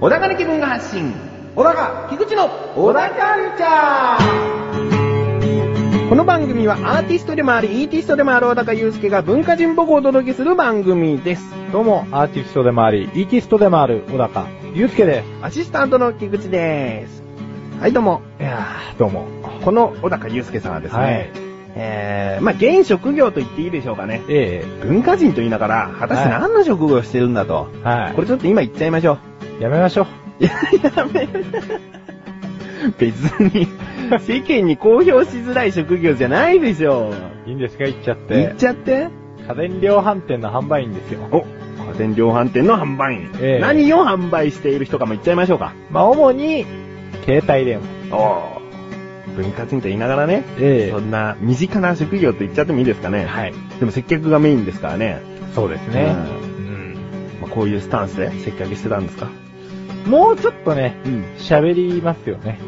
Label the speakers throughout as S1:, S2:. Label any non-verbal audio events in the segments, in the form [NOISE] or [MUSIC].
S1: 小高に気分が発信。小高、菊池の小高カルチャー。この番組はアーティストでもあり、イーティストでもある小高祐介が文化人僕をお届けする番組です。
S2: どうも、アーティストでもあり、イーティストでもある、小高祐介で
S1: アシスタントの菊池です。はい、どうも。
S2: す。いやー、どうも。
S1: この小高祐介さんはですね、
S2: はい
S1: えー、まあ、現職業と言っていいでしょうかね。
S2: え
S1: 文化人と言いながら、果たして
S2: はい
S1: 何の職業をしてるんだと。
S2: えはい。
S1: これちょっと今言っちゃいましょう。
S2: やめましょう。
S1: いや、やめる。 [LAUGHS] 別に、世間に公表しづらい職業じゃないでしょう。
S2: いいんですか言っちゃっ。
S1: 言ってちゃって。
S2: 家電量販店の販売員ですよ。
S1: お、家電量販店の販売員。
S2: ええ
S1: 何を販売している人かも言っちゃいましょうか。
S2: まあ、主に、携帯電話。
S1: お文化人と言いながらね、
S2: え
S1: そんな身近な職業と言っちゃってもいいですかね。
S2: はい。
S1: でも接客がメインですからね。
S2: そうですね。
S1: う
S2: うん。
S1: まあ、こういうスタンスで接客してたんですか
S2: もうちょっとね、
S1: うん。
S2: 喋りますよね。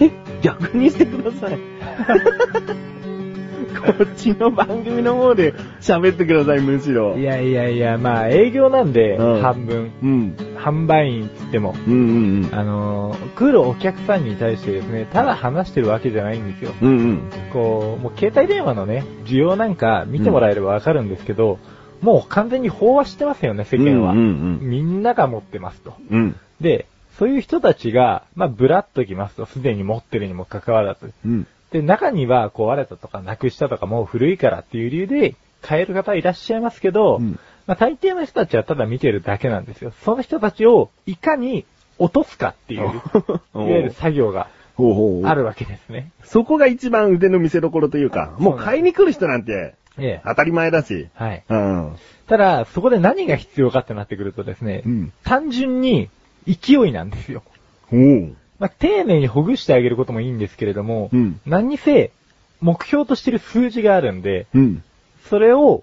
S1: え [LAUGHS] 逆にしてください。 [LAUGHS] こっちの番組の方で喋ってください、むしろ。
S2: いやいやいや、まあ、営業なんで、
S1: うん
S2: 半分。
S1: うん。
S2: 販売員っつっても、
S1: うんうん
S2: あのー、来るお客さんに対してですね、ただ話してるわけじゃないんですよ。
S1: うん。うんうん。
S2: こう、もう携帯電話のね、需要なんか見てもらえればわかるんですけど、もう完全に飽和してますよね、世間は。
S1: うんうん
S2: みんなが持ってますと。
S1: うん。うん。
S2: で、そういう人たちが、まあ、ブラッときますと、すでに持ってるにもかかわらず。
S1: うん。
S2: で、中には壊れたとかなくしたとかもう古いからっていう理由で買える方いらっしゃいますけど、
S1: うん
S2: まあ、大抵の人たちはただ見てるだけなんですよ。その人たちをいかに落とすかっていう、い
S1: [LAUGHS] お
S2: わゆる作業が
S1: ほうほう。
S2: あるわけですね。
S1: そこが一番腕の見せ所というか、もう買いに来る人なんて
S2: ええ。
S1: 当たり前だし。
S2: はい。
S1: うん。
S2: ただ、そこで何が必要かってなってくるとですね、
S1: うん
S2: 単純に勢いなんですよ。
S1: おう。
S2: まあ、丁寧にほぐしてあげることもいいんですけれども、
S1: うん
S2: 何にせ、目標としてる数字があるんで、
S1: うん。
S2: それを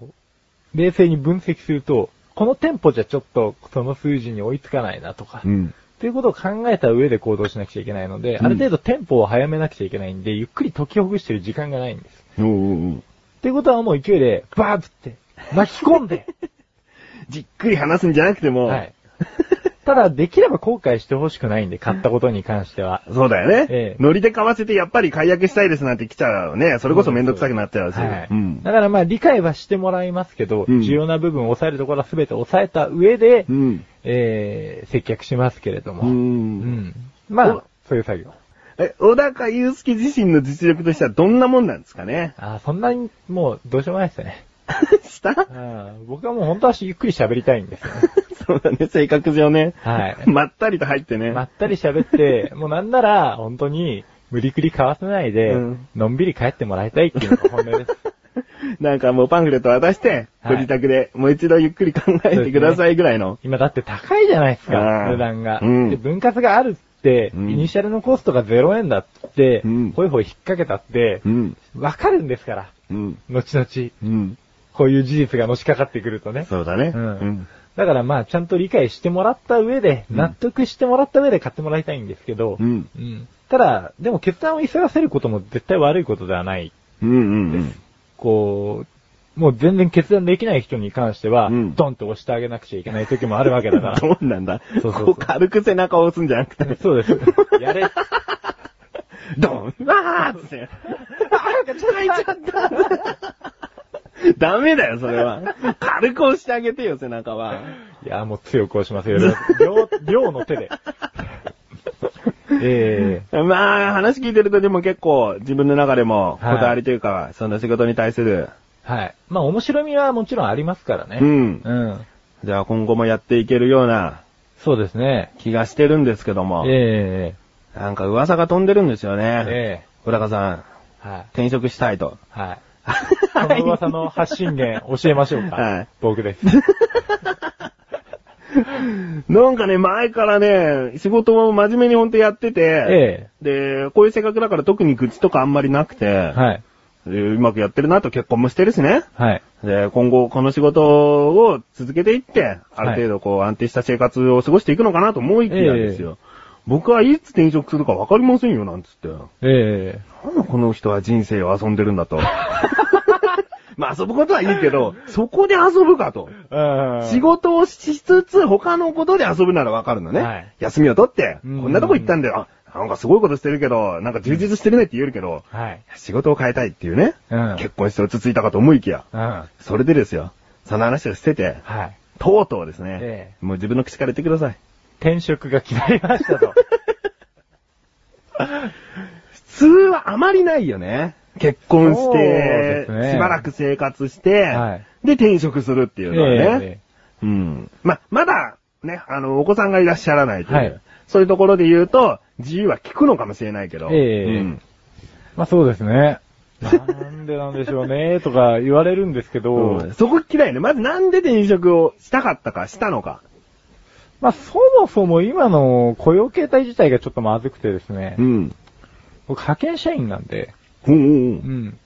S2: 冷静に分析すると、このテンポじゃちょっとその数字に追いつかないなとか、
S1: う
S2: っ
S1: ん。
S2: ていうことを考えた上で行動しなくちゃいけないので、
S1: うん
S2: ある程度テンポを早めなくちゃいけないんで、ゆっくり解きほぐしてる時間がないんです。
S1: おうおうおう。
S2: っていうことはもう勢いで、バーッって、巻き込ん
S1: [LAUGHS]
S2: で、
S1: じっくり話すんじゃなくても、
S2: はい。 [LAUGHS] ただ、できれば後悔してほしくないんで、買ったことに関しては。
S1: そうだよね。
S2: ええ
S1: ノリで買わせてやっぱり解約したいですなんて来ちゃうね。それこそめんどくさくなっちゃうし。
S2: はい。
S1: うん。
S2: だからまあ、理解はしてもらいますけど、
S1: うん
S2: 重要な部分を抑えるところは全て抑えた上で、
S1: うん。
S2: えー、接客しますけれども。
S1: う。
S2: うんんま
S1: お
S2: あ、そういう作業。
S1: え、小高祐介自身の実力としてはどんなもんなんですかね [LAUGHS]
S2: あーそんなに、もう、どうしようもないですよね。
S1: した
S2: あー僕はもう本当はゆっくり喋りたいんで
S1: [LAUGHS]
S2: すよね。
S1: そうだね、性格上ね。
S2: はい。
S1: まったりと入ってね。
S2: まったり喋って、もうなんなら、本当に、無理くり買わせないで、
S1: うん
S2: のんびり帰ってもらいたいっていうのが本音です。
S1: なんかもうパンフレット渡して、
S2: は
S1: ご
S2: い
S1: 自宅でもう一度ゆっくり考えてくださいぐらいの。
S2: 今だって高いじゃないです
S1: あ
S2: か、
S1: ー
S2: 値段が。
S1: うん
S2: で、分割があるって、
S1: うん
S2: イニシャルのコストが0円だっつって、
S1: うん
S2: ほいほい引っ掛けたって
S1: う、ん。
S2: わかるんですから、
S1: うん。
S2: 後々。
S1: うん。
S2: こういう事実がのしかかってくるとね。
S1: そうだね。
S2: うんだからまあ、ちゃんと理解してもらった上で、
S1: うん
S2: 納得してもらった上で買ってもらいたいんですけど、
S1: うん。
S2: うんただ、でも決断を急がせることも絶対悪いことではない。
S1: うん。うん。うん。
S2: こう、もう全然決断できない人に関しては、
S1: うん
S2: ドンと押してあげなくちゃいけない時もあるわけ
S1: [LAUGHS]
S2: だから。
S1: どうなんだ
S2: そうそうそう
S1: こう軽く背中を押すんじゃなくて、
S2: そうです。やれ。
S1: ドンわーって。
S2: [LAUGHS]
S1: あー、泣いちゃった。ダメだよ、それは。軽く押してあげてよ、背中は。
S2: いや、もう強く押しますよ。両、両の手で。 [LAUGHS] え
S1: まあ、話聞いてるとでも結構自分の中でもこだわりというか、その仕事に対する。
S2: えはい。まあ、面白みはもちろんありますから
S1: う
S2: ね。
S1: ん。
S2: うん。
S1: じゃあ今後もやっていけるような
S2: そうですね。
S1: 気がしてるんですけども。
S2: え
S1: なんか噂が飛んでるんですよ
S2: え
S1: ね。
S2: え
S1: 小高さん、
S2: えはい。
S1: 転職したいと。
S2: はい。 [LAUGHS] この噂の発信源教えましょうか。
S1: はい
S2: 僕です。
S1: [LAUGHS] なんかね、前からね、仕事を真面目にほんとやってて、
S2: え
S1: で、こういう性格だから特に愚痴とかあんまりなくて、
S2: えはい。
S1: でうまくやってるなと結婚もしてるしね。
S2: はい。
S1: で、今後この仕事を続けていって、ある程度こう安定した生活を過ごしていくのかなと思いきやですよ。僕はいつ転職するかわかりませんよ、なんつって。
S2: ええ
S1: なんだここの人は人生を遊んでるんだ
S2: [LAUGHS]
S1: と。まあ遊ぶことはいいけど、そこで遊ぶかと。
S2: うん
S1: 仕事をしつつ、他のことで遊ぶならわかるのね。
S2: はい
S1: 休みを取って、こ
S2: うん
S1: んなとこ行ったんだよ。あなんかすごいことしてるけど、なんか充実してるねって言えるけど、
S2: はい。
S1: 仕事を変えたいっていうね。
S2: うん
S1: 結婚して落ち着いたかと思いきや。
S2: うん。は
S1: それでですよ。その話をしてて、
S2: い。
S1: とうとうですね、
S2: え
S1: もう自分の口から言ってくだ
S2: [LAUGHS]
S1: さい。
S2: 転職が決まりましたと。
S1: 普通はあまりないよね。結婚し
S2: そうで
S1: て、
S2: すね
S1: しばらく生活して、
S2: はい
S1: で転職するっていうのはね。
S2: [LAUGHS] え
S1: うん。ま、まだ、ね、あの、お子さんがいらっしゃらないという、
S2: はい
S1: そういうところで言うと、自由は効くのかもしれないけど、
S2: ええ
S1: うん
S2: えまあそうですね。なんでなんでしょうね、とか言われるんですけど、
S1: うんそこ嫌いね。まずなんで転職をしたかったか、したのか。
S2: まあそもそも今の雇用形態自体がちょっとまずくてですね、
S1: ん。
S2: 僕派遣社員なんで、
S1: うんう
S2: うんん。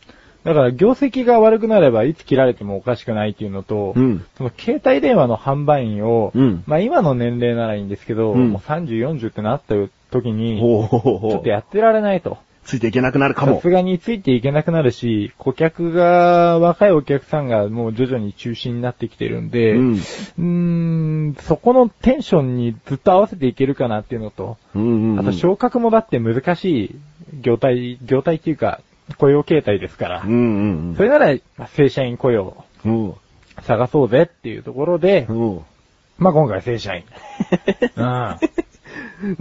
S2: だから業績が悪くなればいつ切られてもおかしくないっていうのと、
S1: うん
S2: その携帯電話の販売員を、
S1: うん
S2: まあ今の年齢ならいいんですけど、
S1: うん
S2: もう30、40ってなった時
S1: うん。
S2: に、
S1: ほうほうほうほう
S2: ちょっとやってられないと。
S1: ついていけなくなるか
S2: さ
S1: も
S2: す。がについていけなくなるし、顧客が、若いお客さんがもう徐々に中心になってきてるんで、
S1: うん
S2: うーんそこのテンションにずっと合わせていけるかなっていうのと、
S1: うんうんうん
S2: あと昇格もだって難しい業態、業態っていうか、雇用形態ですから、
S1: うんうんうん。
S2: それなら、まあ正社員雇用を
S1: うん
S2: 探そうぜっていうところで、
S1: うん
S2: まあ今回は正社 [LAUGHS] 員。うん。
S1: まあ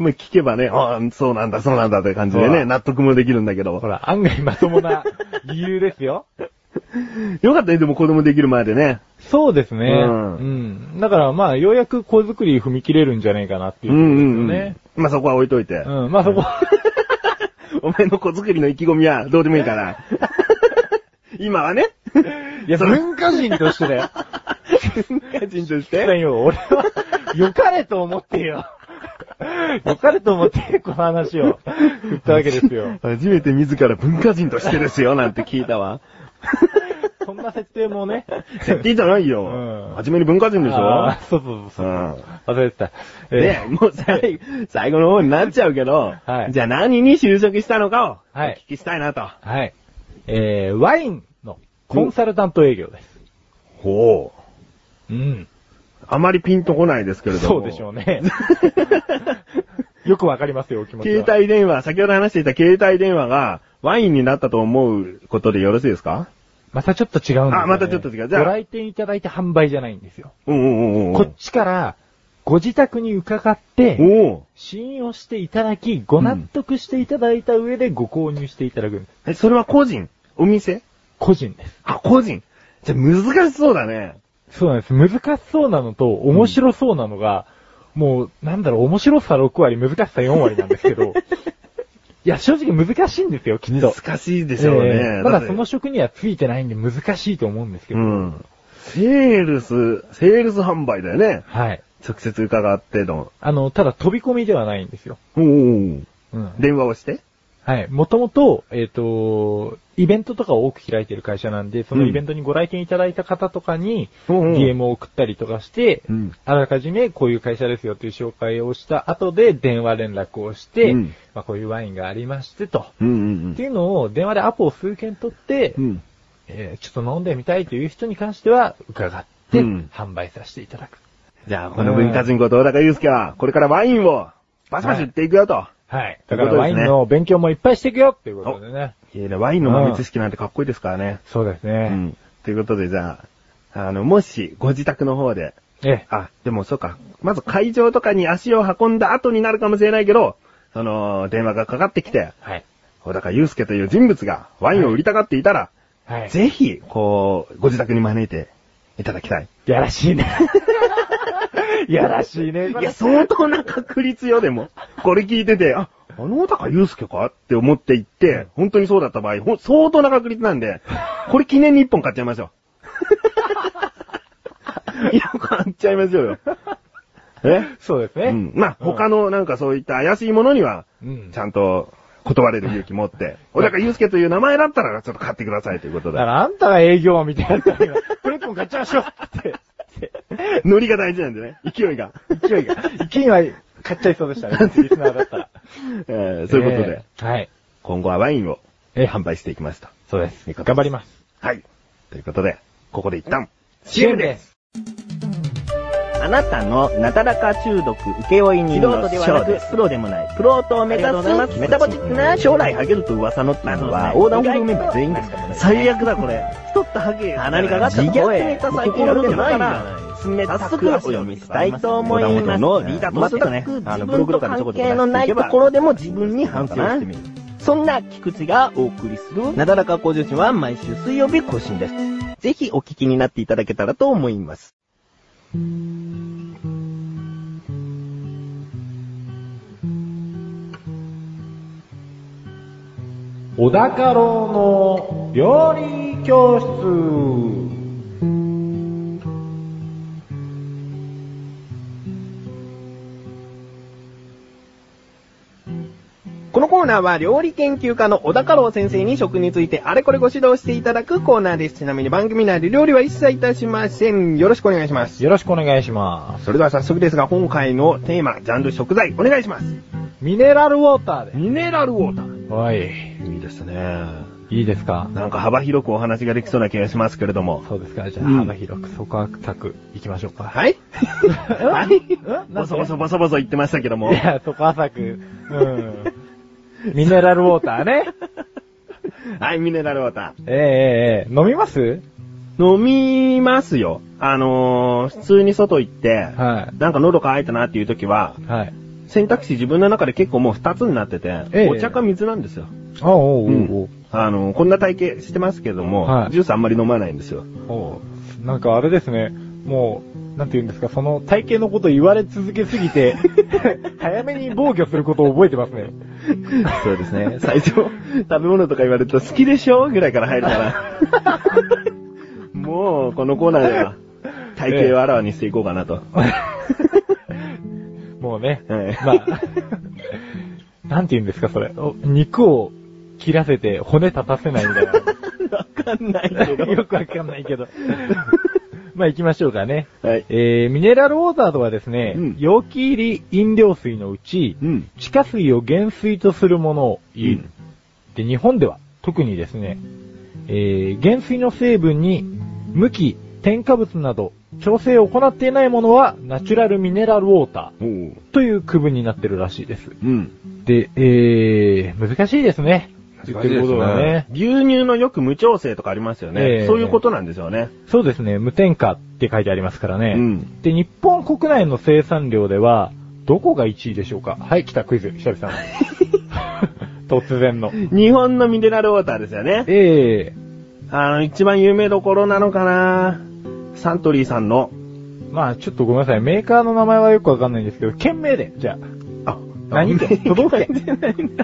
S1: 聞けばね、ああ、そうなんだ、そうなんだって感じで
S2: ほ
S1: ね、
S2: ら
S1: 納得もできるんだけど。
S2: ほら、案外まともな理由ですよ。
S1: よかったね、でも子供できる前でね。
S2: そうですね。
S1: う
S2: うんん。だからまあ、ようやく子作りに踏み切れるんじゃないかなっていうう
S1: うん
S2: んところ
S1: うん
S2: で。
S1: まあそこは置いといて
S2: すよ。ね。うん。まあそこ、
S1: [LAUGHS] お前の子作りの意気込みはどうでもいい
S2: [LAUGHS]
S1: から。今はね。
S2: いや、
S1: それ
S2: 文化人としてだよ。
S1: 文化人とし
S2: だ
S1: て。
S2: よ、俺は、良かれと思ってよ。良かれと思って、この話を、言ったわけですよ。
S1: 初めて自ら文化人としてですよ、なんて聞いた
S2: [LAUGHS]
S1: わ。
S2: そんな設定もね。
S1: 設定じゃないよ。
S2: うん
S1: 初めに文化人でしょ
S2: あーそうそうそう。
S1: うん
S2: 忘れてた。
S1: で、
S2: え
S1: もう最後、最後の方になっちゃうけど、
S2: はい
S1: じゃあ何に就職したのかを、お
S2: はい
S1: 聞きしたいなと。
S2: ーはい。えー、ワインのコンサルタント営業です。
S1: ほう。
S2: うん。
S1: あまりピンとこないですけれども。
S2: そうでしょ
S1: [LAUGHS]
S2: うね。よくわかりますよ、お気持ちは。
S1: 携帯電話、先ほど話していた携帯電話がワインになったと思うことでよろしいですか
S2: またちょっと違うんですよ、ね。
S1: あまたちょっと違うじ
S2: ご
S1: ゃあ
S2: 来店いただいて販売じゃないんですよ。
S1: うんうんうんうん。
S2: こっちから、ご自宅に伺って、
S1: おお
S2: 信用していただき、ご納得していただいた上でご購入していただくんです。
S1: え、それは個人お店
S2: 個人です。
S1: あ、個人じゃ、難しそうだね。
S2: そうなんです。難しそうなのと、面白そうなのが、もう、なんだろう、面白さ6割、難しさ4割なんですけ [LAUGHS] ど、いや、正直難しいんですよ、きっと。
S1: 難しいでしょうね。
S2: ええま
S1: っ
S2: だ
S1: て
S2: その職にはついてないんで難しいと思うんですけ
S1: う
S2: ど。
S1: ん。セールス、セールス販売だよね。
S2: はい。
S1: 直接伺っての。
S2: あの、ただ飛び込みではないんですよ。
S1: おお
S2: うん。
S1: 電話をして
S2: はい。もともと、えっ、と、イベントとかを多く開いてる会社なんで、その
S1: うん
S2: イベントにご来店いただいた方とかに、
S1: うんうん
S2: DM を送ったりとかして、
S1: うん
S2: あらかじめこういう会社ですよという紹介をした後で電話連絡をして、
S1: うん
S2: まあ、こういうワインがありましてと。
S1: うんう
S2: っていうのを電話でアポを数件取って、
S1: ん。
S2: えーちょっと飲んでみたいという人に関しては伺って、
S1: うん
S2: 販売させていただく。
S1: じゃあ、この文化人こと小高祐介は、これからワインをバシバシ売っていくよと。
S2: はい。
S1: とい
S2: だ
S1: う
S2: か
S1: ことですね
S2: らワインの勉強もいっぱいしていくよっていうことでね。
S1: いやねワインの豆知識なんてかっこいいですからね。
S2: そうです
S1: う
S2: ね。
S1: ん。ということで、じゃあ、あの、もし、ご自宅の方で、
S2: ええ。
S1: あ、でもそうか、まず会場とかに足を運んだ後になるかもしれないけど、その、電話がかかってきて、
S2: はい。
S1: 小高祐介という人物がワインを売りたがっていたら、
S2: はい。
S1: ぜひ、こう、ご自宅に招いていただきたい。
S2: やら [LAUGHS] しいね。やらしいね。
S1: いや、相当な確率よ、でも。これ聞いてて、あ、あの小高祐介かって思って行って、本当にそうだった場合、ほん相当な確率なんで、これ記念に一本買っちゃいましょう。 [LAUGHS] いや、買っちゃいましょうよ。え
S2: そうですね。
S1: うん。まあ、他のなんかそういった怪しいものには、
S2: うん
S1: ちゃんと断れる勇気持って、小高祐介という名前だったら、ちょっと買ってくださいということ
S2: だ
S1: で
S2: か。らあんたが営業マンみたいなったら、これ一本買っちゃいましょうって。
S1: ノリが大事なんでね、勢いが。
S2: 勢
S1: [LAUGHS]
S2: いが。勢いは [LAUGHS] 買っちゃいそうでしたね。リスナーだったら。
S1: えーそういうことで、
S2: えーはい。
S1: 今後はワインをえー販売していきました。
S2: そうです。
S1: いいことです
S2: 頑張ります。
S1: はい。ということで、ここで一旦、
S2: CM です。
S3: あなたのなだらか中毒請負人の素人ではなく、プロでもない、プロと目指す、メタボチックな将来ハゲると噂のっていうのは、横断歩道メンバー全員ですからね。最悪だこれ。太ったハゲ。鼻にかかった声。自虐ネタ最近やるんじゃないんだ。早速お読みしたいと思います。のリーダーとしてね、あの、ブログとかにちょこちょこ出していけば関係のないところでも自分に反省してみる。そんな菊池がお送りする、なだらか向上心は毎週水曜日更新です。ぜひお聞きになっていただけたらと思います。
S2: 小高郎の料理教室。
S1: このコーナーは料理研究家の小高郎先生に食についてあれこれご指導していただくコーナーです。ちなみに番組内で料理は一切いたしません。よろしくお願いします。
S2: よろしくお願いします。
S1: それでは早速ですが、今回のテーマ、ジャンル食材、お願いします。
S2: ミネラルウォーターで
S1: ミネラルウォーター。
S2: す。はい。
S1: いいですね。
S2: いいですか
S1: なんか幅広くお話ができそうな気がしますけれども。
S2: そうですか。じゃあ、
S1: うん
S2: 幅広く、そこは浅く、行きましょうか。
S1: はいはい
S2: な
S1: ボ
S2: んで
S1: ソボソボソボソ言ってましたけども
S2: い。や、そこ浅く、うん。ミネラルウォーター [LAUGHS] ね。
S1: はい、ミネラルウォータ
S2: ええええええ飲みま
S1: ー。
S2: す
S1: 飲みますよ。あのー、普通に外行って、
S2: は
S1: なんか喉乾いたなっていう時は、
S2: い。はい。
S1: 選択肢自分の中で結構もう二つになってて、
S2: ええ
S1: お茶か水なんですよ。
S2: あおうおうおう
S1: あの、こんな体型してますけども、
S2: はい
S1: ジュースあんまり飲まないんですよ。 [LAUGHS]
S2: おうなんかあれですね、もう、なんて言うんですか、その体型のこと言われ続けすぎて、 [LAUGHS] 早めに防御することを覚えてますね。
S1: そうですね。最初、食べ物とか言われると好きでしょぐらいから入る
S2: [LAUGHS]
S1: から。もう、このコーナーでは、体型をあらわにしていこうかなと。
S2: もうね、
S1: はい
S2: まあ、 [LAUGHS] なんて言うんですか、それ。お肉を切らせて骨立たせないみたい
S1: わかんないけ
S2: な。
S1: ど。
S2: [LAUGHS] よくわかんないけど。 [LAUGHS] まあ行きましょうかね。
S1: はい。
S2: えー、ミネラルウォーターとはですね、
S1: うん
S2: 容器入り飲料水のうち、
S1: うん。
S2: 地下水を原水とするものを言
S1: う
S2: う。
S1: ん
S2: で、日本では特にですね、えー、原水の成分に無機、添加物など調整を行っていないものはナチュラルミネラルウォータ
S1: おう。
S2: ーという区分になってるらしいです。
S1: うん。
S2: で、えー、難しいですね。言ってることがね。
S1: 牛乳のよく無調整とかありますよね。
S2: ええ
S1: そういうことなんですよね。
S2: そうですね、無添加って書いてありますからね。
S1: うん
S2: で、日本国内の生産量では、どこが1位でしょうかはい、来たクイズ、久々の。 [LAUGHS] 突然の。
S1: 日本のミネラルウォーターですよね。
S2: ええ
S1: あの、一番有名どころなのかなサントリーさんの。
S2: まあちょっとごめんなさい、メーカーの名前はよくわかんないんですけど、県名で、じゃあ。
S1: あ、
S2: 何県都道府県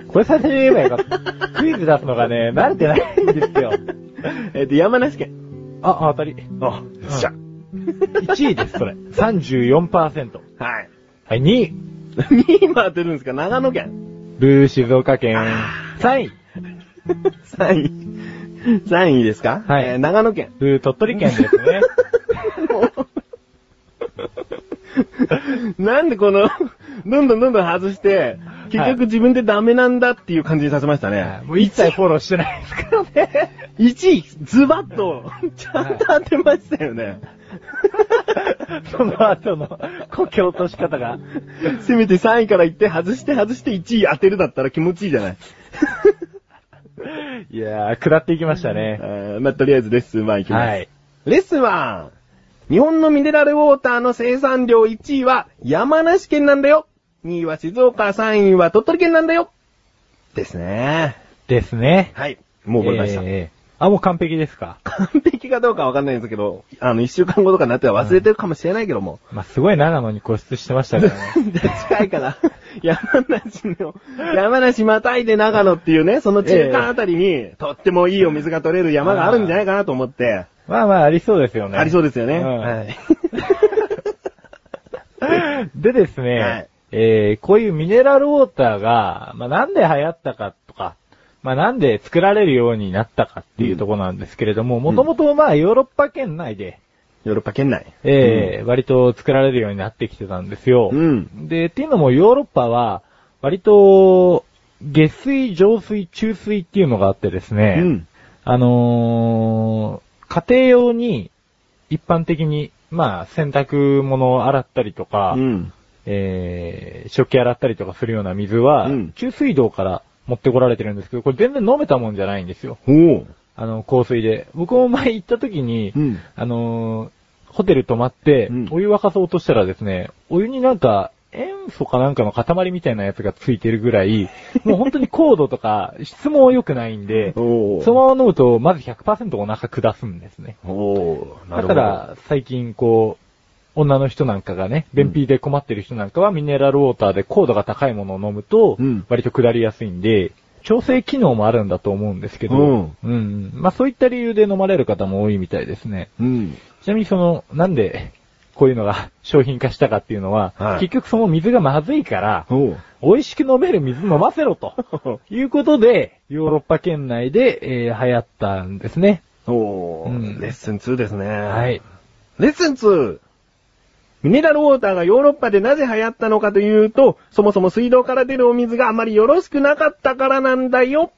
S2: これ最初に言えばよかった。クイズ出すのがね、慣れてないんですよ。
S1: [LAUGHS] えっと、山梨県。
S2: あ、あ当たり。
S1: あ、よっしゃ。
S2: 1位です、それ。34%。
S1: はい。 [LAUGHS]
S2: はい、2位。
S1: 2位も当てるんですか長野県。 [LAUGHS]
S2: ブー静岡県。3位。
S1: 3位。3位ですか
S2: はい
S1: えー長野県。 [LAUGHS]
S2: ブー鳥取県ですね。
S1: なんでこの、どんどんどんどん外して、結
S2: はい
S1: 局自分でダメなんだっていう感じにさせました
S2: は
S1: ね
S2: い。もう一切フォローしてない [LAUGHS] ですからね。
S1: [LAUGHS] 1位、ズバッと、ちゃんと当てましたよね。
S2: その後の故郷落とし方が。
S1: せめて3位から行って、外して外して1位当てるだったら気持ちいいじゃない。
S2: いやー、下っていきましたね。
S1: えーまあ、とりあえずレッスン1いきます。
S2: はい。
S1: レッスン1。日本のミネラルウォーターの生産量1位は山梨県なんだよ。2位は静岡、3位は鳥取県なんだよ。ですね。
S2: ですね。
S1: はい。もう覚えました。
S2: えーあ、もう完璧ですか。
S1: 完璧かどうかわかんないんですけど、あの、1週間後とかになっては忘れてるかもしれないけども。
S2: まあ、すごい長野に固執してましたからね。
S1: [LAUGHS] 近いから、山梨の、山梨またいで長野っていうね、その中間あたりに、とってもいいお水が取れる山があるんじゃないかなと思って、
S2: [LAUGHS] まあまあ、ありそうですよね。
S1: ありそうですよね。
S2: うん
S1: はい。 [LAUGHS]
S2: でですね、
S1: はい
S2: えー、こういうミネラルウォーターが、まあ、なんで流行ったかとか、まあ、なんで作られるようになったかっていうところなんですけれども、もともとまあ、ヨーロッパ圏内で、
S1: ヨーロッパ圏内。
S2: えー割と作られるようになってきてたんですよ。
S1: うん。
S2: で、っていうのもヨーロッパは、割と、下水、上水、中水っていうのがあってですね、
S1: うん。
S2: あのー家庭用に一般的に、まあ、洗濯物を洗ったりとか、
S1: うん。
S2: えー、食器洗ったりとかするような水は、
S1: うん
S2: 中水道から持ってこられてるんですけど、これ全然飲めたもんじゃないんですよ。
S1: ほう。
S2: あの、香水で。僕も前行った時に、
S1: うん。
S2: あのーホテル泊まって
S1: うん、
S2: お湯沸かそうとしたらですね、お湯になんか、塩素かなんかの塊みたいなやつがついてるぐら
S1: [LAUGHS]
S2: い、もう本当に高度とか、質も良くないんで、
S1: お
S2: そのまま飲むと、まず100%お腹下すんですね。
S1: おなるほ
S2: だ
S1: ど。
S2: から、最近こう、女の人なんかがね、便秘で困ってる人なんかはミネラルウォーターで高度が高いものを飲むと
S1: うん、
S2: 割と下りやすいんで、調整機能もあるんだと思うんですけど、
S1: うん
S2: うん。まあそういった理由で飲まれる方も多いみたいですね。
S1: うん。
S2: ちなみにその、なんで、こういうのが [LAUGHS] 商品化したかっていうのは、
S1: はい
S2: 結局その水がまずいから、
S1: お
S2: [LAUGHS]
S1: う。
S2: 美味しく飲める水飲ませろということで、ヨーロッパ圏内で、えー流行ったんですね。
S1: おう
S2: うん
S1: レッスン2ですね。
S2: は。。
S1: はいレッスン 2! ミネラルウォーターがヨーロッパでなぜ流行ったのかというと、そもそも水道から出るお水があまりよろしくなかったからなんだよ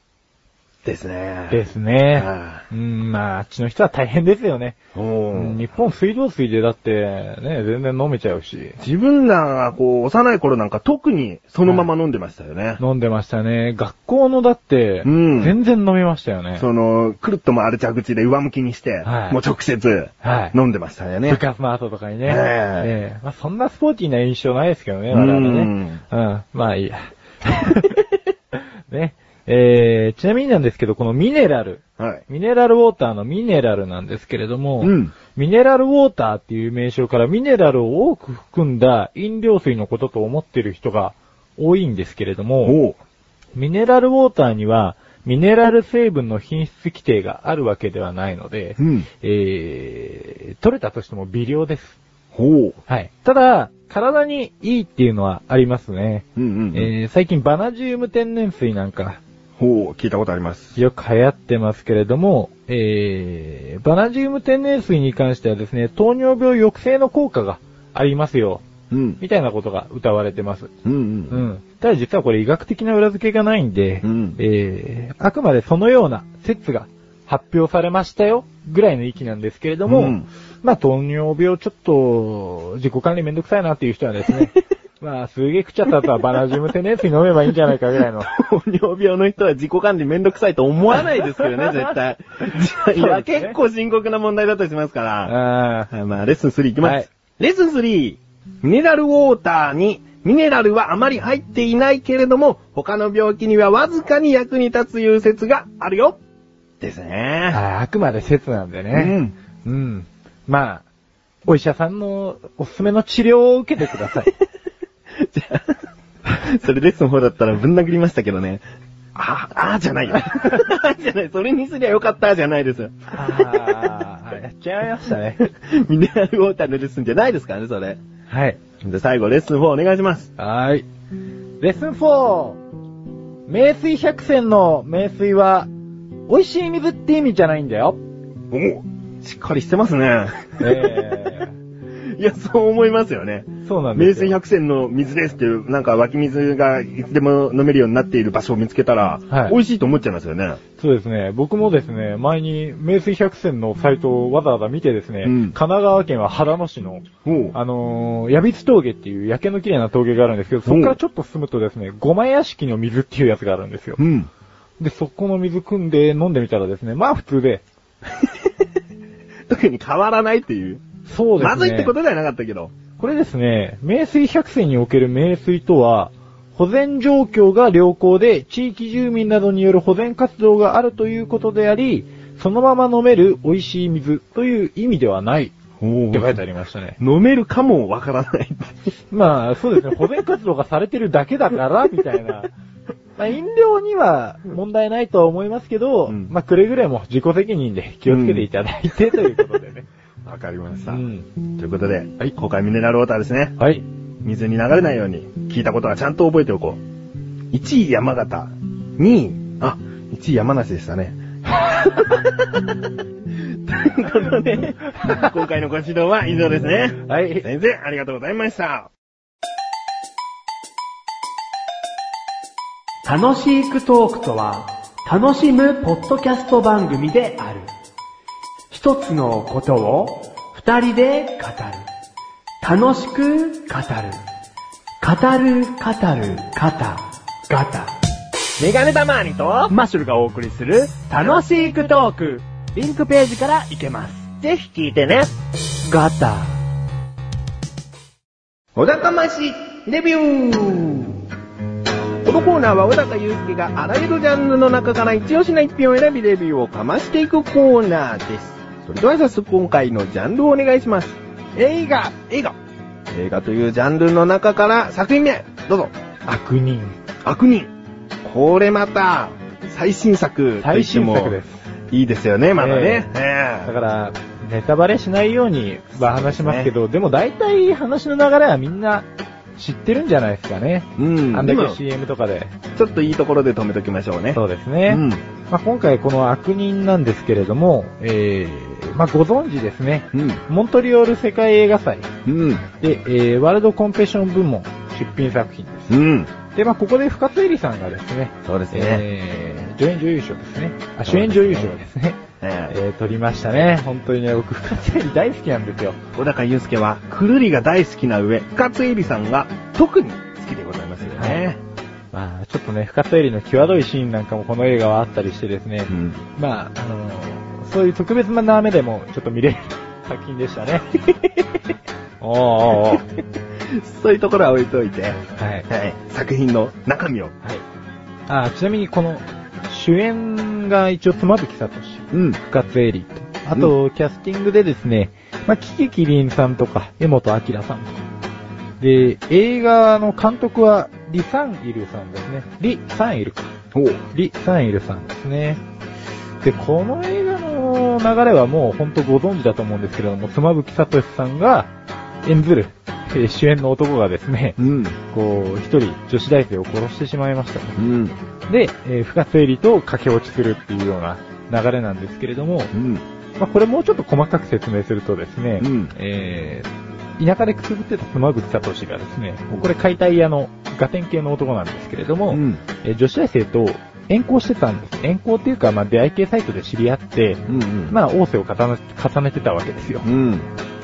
S1: ですね。
S2: ですね。
S1: ああ
S2: うん、まあ、あっちの人は大変ですよね。
S1: おう
S2: 日本水道水でだって、ね、全然飲めちゃうし。
S1: 自分らがこう、幼い頃なんか特にそのまま飲んでましたよね。
S2: 飲んでましたね。学校のだって、
S1: うん
S2: 全然飲みましたよね。
S1: その、くるっと回る蛇口で上向きにして、
S2: はい
S1: もう直接
S2: はい。
S1: 飲んでましたよね。
S2: 部活の後とかにね。
S1: ええ
S2: ええまあ、そんなスポーティーな印象ないですけどね、我々ね。うん。まあいいや。 [LAUGHS] ね。えー、ちなみになんですけど、このミネラル。
S1: はい。
S2: ミネラルウォーターのミネラルなんですけれども、
S1: うん
S2: ミネラルウォーターっていう名称からミネラルを多く含んだ飲料水のことと思ってる人が多いんですけれども、
S1: おう。
S2: ミネラルウォーターにはミネラル成分の品質規定があるわけではないので、
S1: うん。
S2: えー、取れたとしても微量です。
S1: ほう。
S2: はい。ただ、体にいいっていうのはありますね。
S1: うんうんうん。
S2: えー、最近バナジウム天然水なんか
S1: ほう、聞いたことあります。
S2: よく流行ってますけれども、えー、バナジウム天然水に関してはですね、糖尿病抑制の効果がありますよ、
S1: うん。
S2: みたいなことが歌われてます。
S1: うんう。
S2: うんん。ただ実はこれ医学的な裏付けがないんで、
S1: うん
S2: えー、あくまでそのような説が発表されましたよ、ぐらいの域なんですけれども、
S1: うん
S2: まあ糖尿病ちょっと自己管理めんどくさいなっていう人はです [LAUGHS] ね、まあすげえ食っちゃった後はバナジウム天然水飲めばいいんじゃないかぐらいの。
S1: 糖尿病の人は自己管理めんどくさいと思わないですけ
S2: [LAUGHS]
S1: どね、絶対。いや、結構深刻な問題だったりしますから。
S2: あー
S1: はいまあ、レッスン3いきます。
S2: はい
S1: レッスン 3! ミネラルウォーターに、ミネラルはあまり入っていないけれども、他の病気にはわずかに役に立ついう説があるよです
S2: あ
S1: ね。
S2: ーあくまで説なんでね。
S1: うん。
S2: うん。まあ、お医者さんのおすすめの治療を受けてください。
S1: じゃあ、それレッスン4だったらぶん殴りましたけどね。あ、あーじゃ
S2: [LAUGHS]
S1: ないよ。あーじゃない。それにすりゃよかったじゃないですよ。
S2: [LAUGHS] ああ、やっちゃいましたね。
S1: [LAUGHS] ミネラルウォーターのレッスンじゃないですからね、それ。
S2: はい。
S1: で、最後、レッスン4お願いします。
S2: はーい。レッスン 4! 名水百選の名水は、美味しい水って意味じゃないんだよ。
S1: おしっかりしてます [LAUGHS] ね。
S2: [LAUGHS] え
S1: いや、そう思いますよね。
S2: ー、そうなんで
S1: 名
S2: す
S1: 水
S2: よ。
S1: 百選の水ですっていう、なんか湧き水がいつでも飲めるようになっている場所を見つけたら、
S2: はい
S1: 美味しいと思っちゃいますよね。
S2: そうですね。僕もですね、前に名水百選のサイトをわざわざ見てですね、
S1: うん
S2: 神奈川県は秦野市の、
S1: お
S2: あのー、矢光峠っていう夜景の綺麗な峠があるんですけど、そこからちょっと進むとですね、ごま屋敷の水っていうやつがあるんですよ
S1: う。ん。
S2: で、そこの水汲んで飲んでみたらですね、まあ普通で、
S1: 特に変わらないっていう。
S2: そうですね。
S1: まずいってことではなかったけど。
S2: これですね、名水百選における名水とは、保全状況が良好で、地域住民などによる保全活動があるということであり、そのまま飲める美味しい水という意味ではない
S1: お
S2: って書いてありましたね。
S1: 飲めるかもわからない。
S2: まあ、そうですね、保全活動がされてるだけだ [LAUGHS] から、みたいな。まあ、飲料には問題ないとは思いますけど、
S1: うん
S2: まあ、くれぐれも自己責任で気をつけていただいて、ということでね。
S1: [LAUGHS] わかりまし
S2: う
S1: た。
S2: ん。
S1: ということで、今回ミネラルウォーターですね。
S2: はい。
S1: 水に流れないように、聞いたことはちゃんと覚えておこう。1位山形、2位、あ、1位山梨でしたね。ということで、今回のご指導は以上ですね。
S2: はい。
S1: 先生、ありがとうございました。
S4: 楽しいクトークとは、楽しむポッドキャスト番組である。一つのことを二人で語る。楽しく語る。語る、語る、語る、ガタ。
S3: メガネたまーにと、
S4: マッシュルがお送りする、楽しいクトーク。リンクページから行けます。
S3: ぜひ聞いてね。
S4: ガタ。
S1: 小高ましレビューこのコーナーは小高祐介があらゆるジャンルの中から一押しな一品を選びレビューをかましていくコーナーです。それでは早速今回のジャンルをお願いします。映画映画映画というジャンルの中から作品名どうぞ
S2: 悪人。
S1: 悪人これまた最新作と言
S2: 最
S1: って
S2: 新
S1: も
S2: 作です。
S1: いいですよね、まだね。
S2: だ
S1: え
S2: から、ネタバレしないようには話しますけど、でも大体話の流れはみんな知ってるんじゃないですかね。
S1: えうん、
S2: あん
S1: で
S2: だ
S1: も
S2: け
S1: ち
S2: CM とかで。
S1: ょっといいところで止めときましょうね。
S2: そうですね。
S1: うん。
S2: まあ、今回この悪人なんですけれども、えー、まあ、ご存知ですね。
S1: うん。
S2: モントリオール世界映画祭
S1: うん。
S2: で、えー、ワールドコンペティション部門出品作品で
S1: うん。
S2: す。で、まあ、ここで深津絵里さんがですね、
S1: そうですね。
S2: えー、助演女優賞ですね。あ、主演女優賞ですね。
S1: ええ
S2: えー、取りましたね。本当にね、僕、深津絵里大好きなんですよ。
S1: 小高祐介は、くるりが大好きな上、深津絵里さんが特に好きでございますよね。
S2: まあ、ちょっとね、深津絵里の際どいシーンなんかもこの映画はあったりしてですね、
S1: うん。
S2: まあ、あのーそういう特別な目でもちょっと見れる作品でしたね。おーおーおー
S1: そういうところは置いといて、
S2: はい。
S1: はい。作品の中身を。
S2: はい。あ、ちなみにこの、主演が一応妻夫木聡、
S1: うん。
S2: 深津絵里と、あと、キャスティングでですね、まあ、キキキリンさんとか、江本明さんとか。で、映画の監督は、リ・サンイルさんですね。リ・サンイルか。
S1: おう。
S2: リ・サンイルさんですね。で、この映画の流れはもう本当ご存知だと思うんですけれども、妻夫木聡さんが演ずる、えー主演の男がですね、
S1: うん。
S2: こう、一人女子大生を殺してしまいましたね。
S1: うん。
S2: で、えー深津絵里と駆け落ちするっていうような流れなんですけれども、
S1: うん。
S2: まあ、これもうちょっと細かく説明するとですね、
S1: うん
S2: えー田舎でくすぶってた妻夫木聡がですね、これ解体屋のガテン系の男なんですけれども、
S1: うん。
S2: えー女子大生と遠行してたんです。遠行っていうか、まあ、出会い系サイトで知り合って、
S1: うん。
S2: まあ、王政を重ね重ねてたわけですよ
S1: う。ん。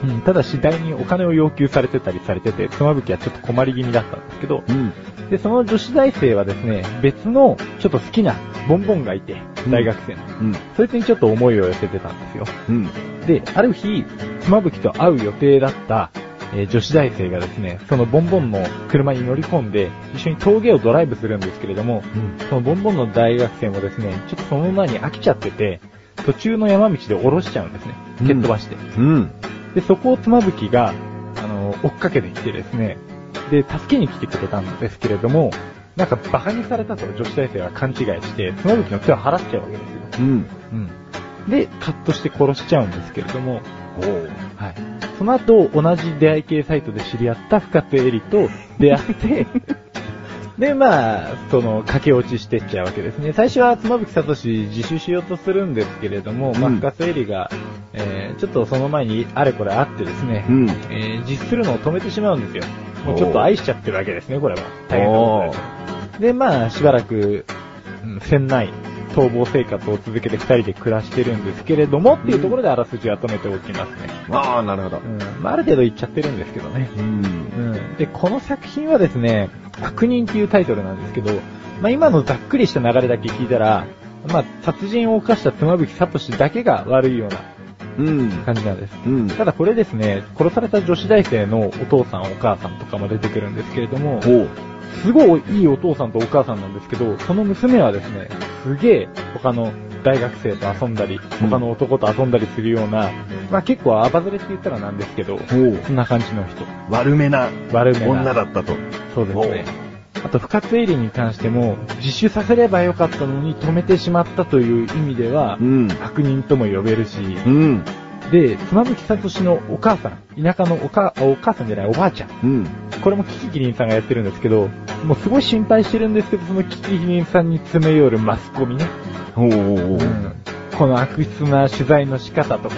S2: うんただ、次第にお金を要求されてたりされてて、妻夫木はちょっと困り気味だったんですけど、
S1: うん。
S2: で、その女子大生はですね、別のちょっと好きなボンボンがいて、
S1: うん
S2: 大学生の。
S1: うん。
S2: そいつにちょっと思いを寄せてたんですよ。
S1: うん。
S2: で、ある日、妻夫木と会う予定だった、えー女子大生がですね、そのボンボンの車に乗り込んで、一緒に峠をドライブするんですけれども、そのボンボンの大学生もですね、ちょっとその馬に飽きちゃってて、途中の山道で降ろしちゃうんですね。
S1: うん
S2: 蹴っ飛ばして。
S1: うん。
S2: で、そこを妻夫木が、あの、追っかけてきてですね、で、助けに来てくれたんですけれども、なんか馬鹿にされたと女子大生は勘違いして、妻夫木の手を払っちゃうわけですよ。
S1: うん。
S2: うん。で、カットして殺しちゃうんですけれども、
S1: おう。
S2: はい。その後、同じ出会い系サイトで知り合った深津絵里と出
S1: [LAUGHS]
S2: 会って、で、まあ、その、駆け落ちしてっちゃうわけですね。最初は妻夫木聡自首しようとするんですけれども、まあ、
S1: うん
S2: 深津絵里が、えー、ちょっとその前にあれこれあってですね、
S1: うん。
S2: えー、実するのを止めてしまうんですよ。もうちょっと愛しちゃってるわけですね、これは。大変なことですで、まあ、しばらく、うん、船内、逃亡生活を続けて二人で暮らしてるんですけれども、っていうところであらすじは止めておきますね。
S1: ああ、なるほど
S2: う。ん、まあ、ある程度言っちゃってるんですけどね。
S1: うん。
S2: うん。で、この作品はですね、悪人っていうタイトルなんですけど、まあ、今のざっくりした流れだけ聞いたら、まあ、殺人を犯した妻夫木聡だけが悪いような
S1: うん。
S2: 感じなんです。
S1: うん。
S2: ただこれですね、殺された女子大生のお父さんお母さんとかも出てくるんですけれども、
S1: おう。
S2: すごいいいお父さんとお母さんなんですけど、その娘はですね、すげえ他の大学生と遊んだり、
S1: うん
S2: 他の男と遊んだりするような、まあ結構アバズレって言ったらなんですけど、
S1: おう。
S2: そんな感じの人。
S1: 悪めな
S2: 悪めな。
S1: 女だったと。
S2: そうですね。あと、深津絵里に関しても、自首させればよかったのに止めてしまったという意味では、
S1: ん。
S2: 悪人とも呼べるし、
S1: うん。
S2: で、妻夫木聡のお母さん、田舎のおか、あお母さんじゃない、おばあちゃん。
S1: うん。
S2: これもキキキリンさんがやってるんですけど、もうすごい心配してるんですけど、そのキキキリンさんに詰め寄るマスコミね。
S1: おうおうおう。 [LAUGHS]
S2: この悪質な取材の仕方とか。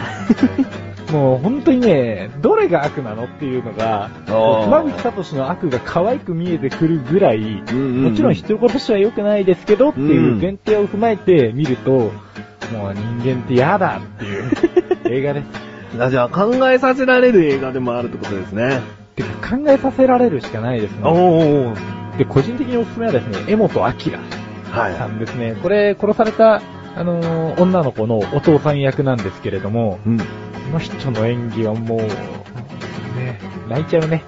S2: もう本当にね、どれが悪なのっていうのが、
S1: おー
S2: 妻夫木聡の悪が可愛く見えてくるぐらい、
S1: うんうんうん
S2: もちろん人殺しは良くないですけどっていう前提を踏まえて見ると、もう人間って嫌だっ
S1: [LAUGHS]
S2: ていう映画です。
S1: あじゃあ考えさせられる映画でもあるってことですね。
S2: てか考えさせられるしかないです
S1: おー
S2: ね。
S1: おーおー
S2: で、個人的におすすめはですね、江本明
S1: はい。
S2: さんですね。これ、殺された、あのー女の子のお父さん役なんですけれども、
S1: うん。
S2: この人の演技はもう、ね、泣いちゃうね。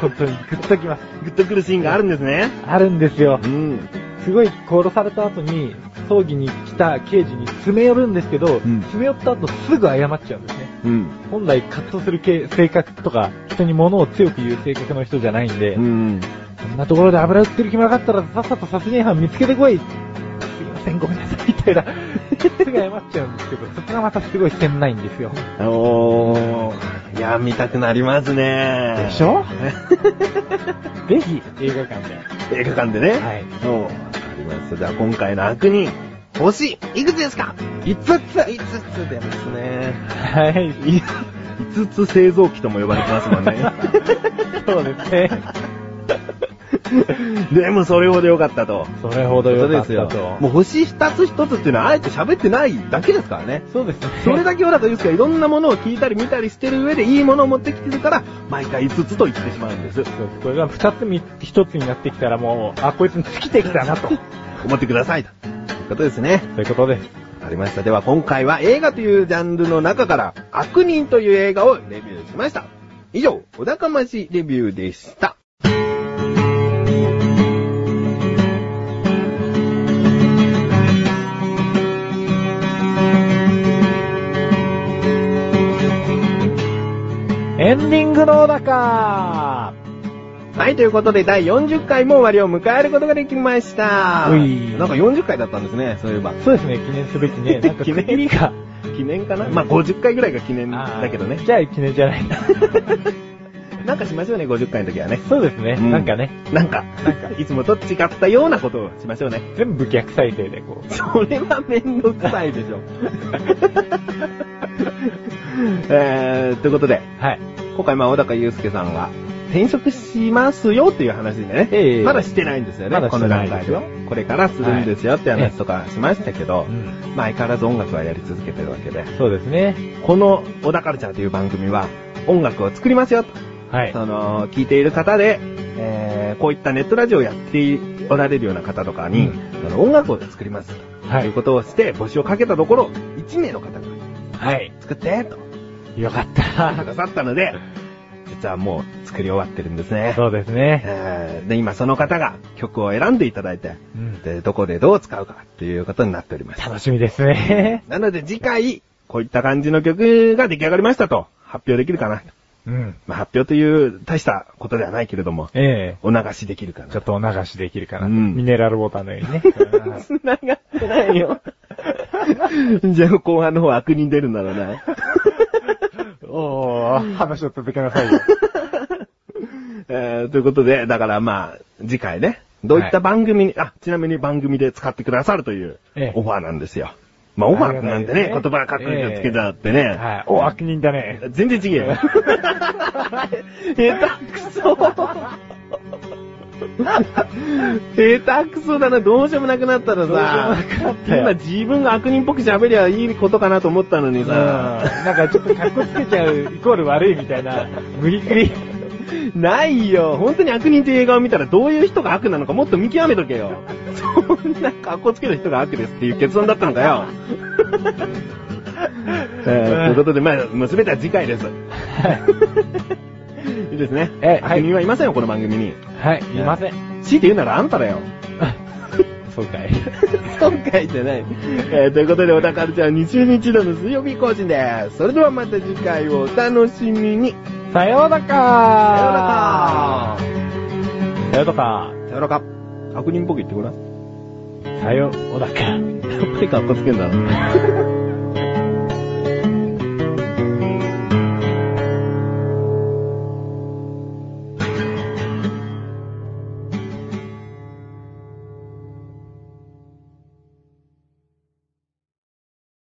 S2: 本当にグッときます。
S1: グッとくるシーンがあるんですね。
S2: あるんですよ。
S1: ん。
S2: すごい殺された後に、葬儀に来た刑事に詰め寄るんですけど、
S1: ん
S2: 詰め寄った後すぐ謝っちゃうんですね。
S1: うん。
S2: 本来カッとする系性格とか、人に物を強く言う性格の人じゃないんで、
S1: ん。
S2: こんなところで油売ってる暇があったらさっさと殺人犯見つけてこいすいません、ごめんなさい、みたいな。すぐ謝っちゃうんですけど、そこがまたすごいせんないんですよ。
S1: おー。いや、見たくなりますね。
S2: でしょ [LAUGHS] ぜひ、映画館で。
S1: 映画館でね。
S2: はい。
S1: そう。わかりました。じゃあ今回の悪人、星、いくつですか
S2: 5つ
S1: ?5 つ出ますね。
S2: はい。
S1: い5つ製造機とも呼ばれてますもん [LAUGHS] ね。
S2: そうですね。
S1: [LAUGHS] でもそれほど良かったと。
S2: それほど
S1: そう
S2: 良か
S1: で
S2: っ
S1: す
S2: た
S1: よ
S2: と。。
S1: もう星一つ一つっていうのはあえて喋ってないだけですからね。
S2: そうですね。
S1: それだけ小高祐介はいろんなものを聞いたり見たりしてる上でいいものを持ってきてるから、毎回5つと言ってしまうんです。
S2: そうですこれが2つみ、1つになってきたらもう、あ、こいつに尽きてきたな [LAUGHS] と。とい
S1: 思ってくださいと。ということですね。
S2: うことです。
S1: わかりました。では今回は映画というジャンルの中から、悪人という映画をレビューしました。以上、小高ましレビューでした。
S2: エンディングの小高
S1: はい、ということで第40回も終わりを迎えることができました。
S2: うい
S1: なんか40回だったんですね、そういえば。
S2: そうですね、記念すべき [LAUGHS] ね。なんか
S1: 記
S2: 区
S1: 念
S2: 切りが。
S1: 記念かなまあ50回ぐらいが記念
S2: あー
S1: だけどね。
S2: じゃあ記念じゃ [LAUGHS] ないな。
S1: なんかしましょうね、50回の時はね。
S2: そうですね、
S1: うん
S2: なんかね、
S1: なんか、いつもと違ったようなことをしましょうね。
S2: 全部逆再生でこう。
S1: それはめんどくさいでしょ。えー、ということで、
S2: はい。
S1: 今回、まあ、小高祐介さんは、転職しますよっていう話でね、
S2: ええ
S1: まだしてないんですよね、
S2: まだ
S1: こ
S2: し
S1: の
S2: てな
S1: 段
S2: いで
S1: 階
S2: す
S1: で
S2: よ
S1: は。これからするんですよって話とかしましたけど、
S2: うん
S1: まあ、相変わらず音楽はやり続けてるわけで、
S2: そうですね。
S1: この小高ルチャーという番組は、音楽を作りますよと。
S2: はい。
S1: その、聞いている方で、えー、こういったネットラジオをやっておられるような方とかに、
S2: う
S1: あの音楽を作ります。と。
S2: はいいう
S1: ことをして、募集をかけたところ、1名の方が
S2: はい。
S1: 作って、と言
S2: よかっ
S1: ってくだ
S2: た。
S1: さったので、実はもう作り終わってるんですね。
S2: [LAUGHS] そうですね。
S1: えーで、今その方が曲を選んでいただいて、
S2: うん
S1: で、どこでどう使うかっていうことになっております。
S2: 楽しみです [LAUGHS] ね。
S1: なので次回、こういった感じの曲が出来上がりましたと発表できるかな。
S2: うん。
S1: まあ、発表という大したことではないけれども、
S2: ええ
S1: お流しできるかな。
S2: ちょっとお流しできるかな。
S1: うん
S2: ミネラルウォーターのようにね。
S1: 繋がってないよ。 [LAUGHS] じゃあ後半の方悪人出るんだろうな。
S2: [LAUGHS] おー、話を続けなさいよ。
S1: えーということで、だからまあ、次回ね、どういった番組に、あ、ちなみに番組で使ってくださるという
S2: ええ
S1: オファーなんですよ。まあ、オファーなんてね、
S2: あ
S1: 言
S2: りがたいですね
S1: 葉かっこいいのつけちゃってね。
S2: はい。お、悪人だね。
S1: 全然違え
S2: [LAUGHS]
S1: よ。下手くそ。下手くそだな、どうしようもなくなったらさ
S2: どうしようもなくな、ったよ
S1: 今自分が悪人っぽく喋りゃいいことかなと思ったのに
S2: うん。
S1: さ、
S2: なんかちょっと格好つけちゃう、イコール悪いみたいな、無理くり。
S1: [LAUGHS] ないよ。本当に悪人という映画を見たらどういう人が悪なのかもっと見極めとけよ。そんな格好つける人が悪ですっていう結論だったのかよ。えーということで、まあ、もう全ては次回です。 [LAUGHS] いいですね。
S2: えはい
S1: 悪人はいませんよ、この番組に。
S2: はい、いません。
S1: 強いて言うならあんただよ。
S2: [LAUGHS] そうかい。
S1: 今回じゃない。えーということで、小田カルチャー2週に一度の水曜日更新です。それではまた次回をお楽しみに。
S2: さような
S1: さよう
S2: ら
S1: なら。
S2: さようなら
S1: さようなら。悪人っぽく言ってごらん。
S2: さようなら
S1: やっぱり格好つけんだな。